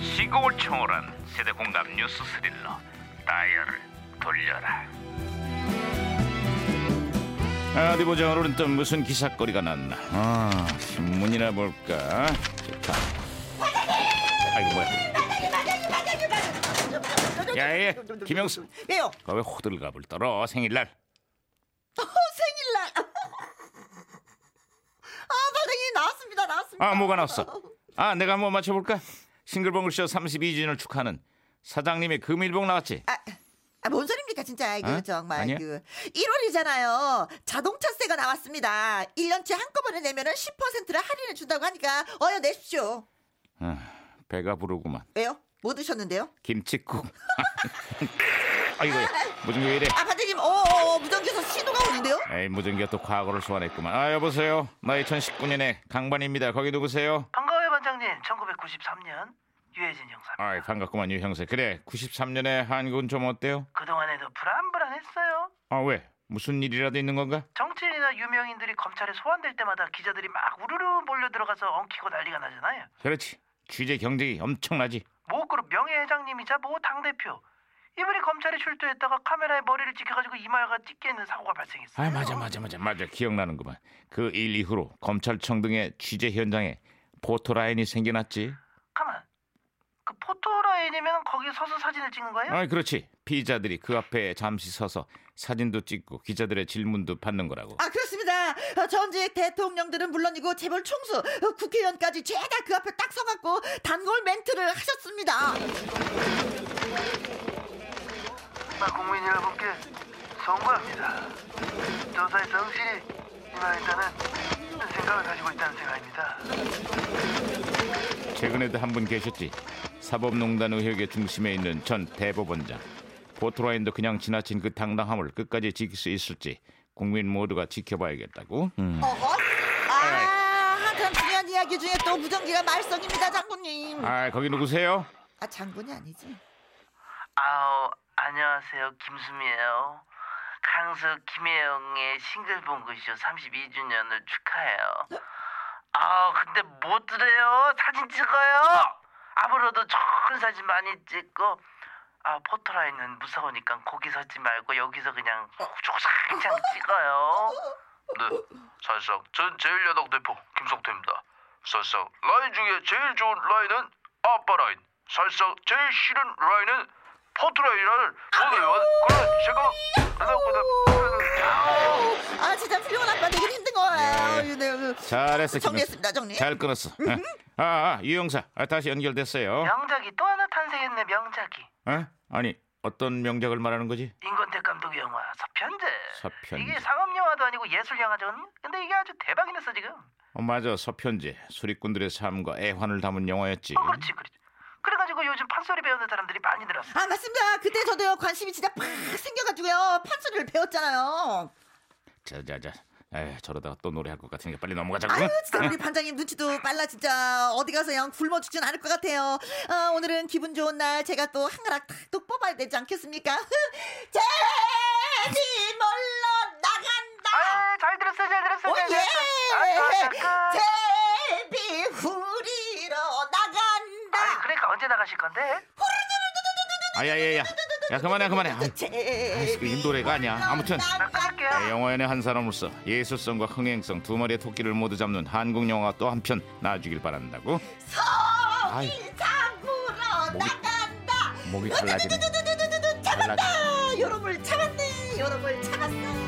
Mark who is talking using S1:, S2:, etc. S1: 시공을 초월한 세대 공감 뉴스 스릴러 다이얼을 돌려라 아, 어디 보자 오늘은 또 무슨 기사거리가 났나 아 신문이나 볼까 좋다 아이고 뭐야 야예 김영수
S2: 왜요?
S1: 너왜 호들갑을 떨어 생일날
S2: 어, 생일날. 아, 반장님 나왔습니다. 나왔습니다.
S1: 아 뭐가 나왔어 아 내가 한번 맞춰볼까 싱글벙글 쇼 32주년을 축하는 사장님의 금일봉 나왔지
S2: 아, 아, 뭔 소리입니까 진짜 이거
S1: 어?
S2: 정말
S1: 아니야?
S2: 그 1월이잖아요. 자동차세가 나왔습니다. 1년치 한꺼번에 내면은 10%를 할인해 준다고 하니까 어여 내십시오.
S1: 배가 부르구만
S2: 왜요? 뭐 드셨는데요?
S1: 김치국. 아이고야. 무전기 왜 이래?
S2: 아, 반장님. 어, 어, 어, 무전기에서 신호가 오는데요?
S1: 에이, 무전기가 또 과거를 소환했구만. 아, 여보세요. 나 2019년에 강반입니다. 거기 누구세요?
S3: 반가워요 반장님 1993년 유해진 형사입니다
S1: 아이, 반갑구만, 유 형사. 그래, 93년에 한국은 좀 어때요?
S3: 그동안에도 불안불안했어요
S1: 아, 왜? 무슨 일이라도 있는 건가?
S3: 정치인이나 유명인들이 검찰에 소환될 때마다 기자들이 막 우르르 몰려 들어가서 엉키고 난리가 나잖아요
S1: 그렇지. 취재 경쟁이 엄청나지.
S3: 모 그룹 명예회장님이자 모 당대표 이분이 검찰에 출두했다가 카메라에 머리를 찍혀가지고 이마가 찢기는 사고가 발생했어요
S1: 아, 맞아, 맞아, 맞아, 맞아. 기억나는구만. 그 일 이후로 검찰청 등의 취재 현장에 포토라인이 생겨났지.
S3: 가만 그 포토라인이면 거기 서서 사진을 찍는 거예요?
S1: 아, 그렇지. 피의자들이 그 앞에 잠시 서서 사진도 찍고 기자들의 질문도 받는 거라고.
S2: 아 그렇습니다. 어, 전직 대통령들은 물론이고 재벌 총수, 어, 국회의원까지 죄다 그 앞에 딱 서갖고 단골 멘트를 하셨습니다.
S3: 나 아, 국민 여러분께 선고합니다. 조사의 성실이 임하였다는 생각을 가지고 있다는 생각입니다.
S1: 최근에도 한 분 계셨지. 사법농단 의혹의 중심에 있는 전 대법원장. 포트라인도 그냥 지나친 그 당당함을 끝까지 지킬 수 있을지 국민 모두가 지켜봐야겠다고. 음.
S2: 어허? 아, 한참 중요한 이야기 중에 또 무전기가 말썽입니다, 장군님.
S1: 아 거기 누구세요?
S2: 아, 장군이 아니지.
S3: 아우 안녕하세요 김수미예요. 강서 김혜영의 싱글봉그쇼 32주년을 축하해요. 아 근데 못 들어요. 사진 찍어요. 앞으로도 좋은 사진 많이 찍고 아 포토라인은 무서우니까 거기 서지 말고 여기서 그냥 쭉쭉쭉 찍어요. 네, 사실상 전 제1야당 대표 김성태입니다. 사실상 라인 중에 제일 좋은 라인은 아빠 라인. 사실상 제일 싫은 라인은 포트 라인을 보내요. 그래, 제가
S2: 아, 진짜 훌륭한 아빠 되긴 힘든 거예요.
S1: 예.
S2: 네, 네.
S1: 잘했어. 김 형사.
S2: 정리했습니다, 음. 정리.
S1: 잘 끊었어. 아, 아, 유 형사. 아, 다시 연결됐어요.
S2: 네.
S3: 명작이 또 하나 탄생했네. 명작이
S1: 어? 아니 어떤 명작을 말하는 거지?
S3: 임권택 감독의 영화 서편제.
S1: 서편제.
S3: 이게 상업 영화도 아니고 예술 영화잖아. 근데 이게 아주 대박이 났어 지금.
S1: 어, 맞아. 서편제. 수리꾼들의 삶과 애환을 담은 영화였지.
S3: 어, 그렇지, 그렇지. 그래가지고 요즘 판소리 배우는 사람들이 많이 늘었어.
S2: 아, 맞습니다. 그때 저도요, 관심이 진짜 팍 생겨가지고요, 판소리를 배웠잖아요.
S1: 자자자. 에 저러다가 또 노래할 것 같으니까 빨리 넘어가자고.
S2: 아유, 진짜 우리 반장님 눈치도 빨라, 진짜. 어디 가서 그냥 굶어 죽진 않을 것 같아요. 아, 오늘은 기분 좋은 날, 제가 또 한 가락 탁 또 뽑아야 되지 않겠습니까? 제니 몰러 나간다!
S3: 아, 잘 들었어, 잘 들었어, 잘 들었어.
S2: 오예
S3: 아, 아, 아,
S2: 제비 후리러
S3: 아, 아니,
S2: 나간다
S3: 그러니까 언제 나가실 건데?
S1: 아야야야. 야 그만해 그만해. 아,
S2: 제비
S1: 이 노래가 아니야. 아무튼.
S3: 나 끊을게요.
S1: 영화인의 한 사람으로서 예술성과 흥행성 두 마리의 토끼를 모두 잡는 한국 영화 또 한 편 나와주길 바란다고 아이.
S2: 서기 잡으러
S1: 목이-
S2: 나간다
S1: 목이 갈라지네.
S2: 두두두두두두두, 잡았다 여러분 잡았네 여러분 잡았어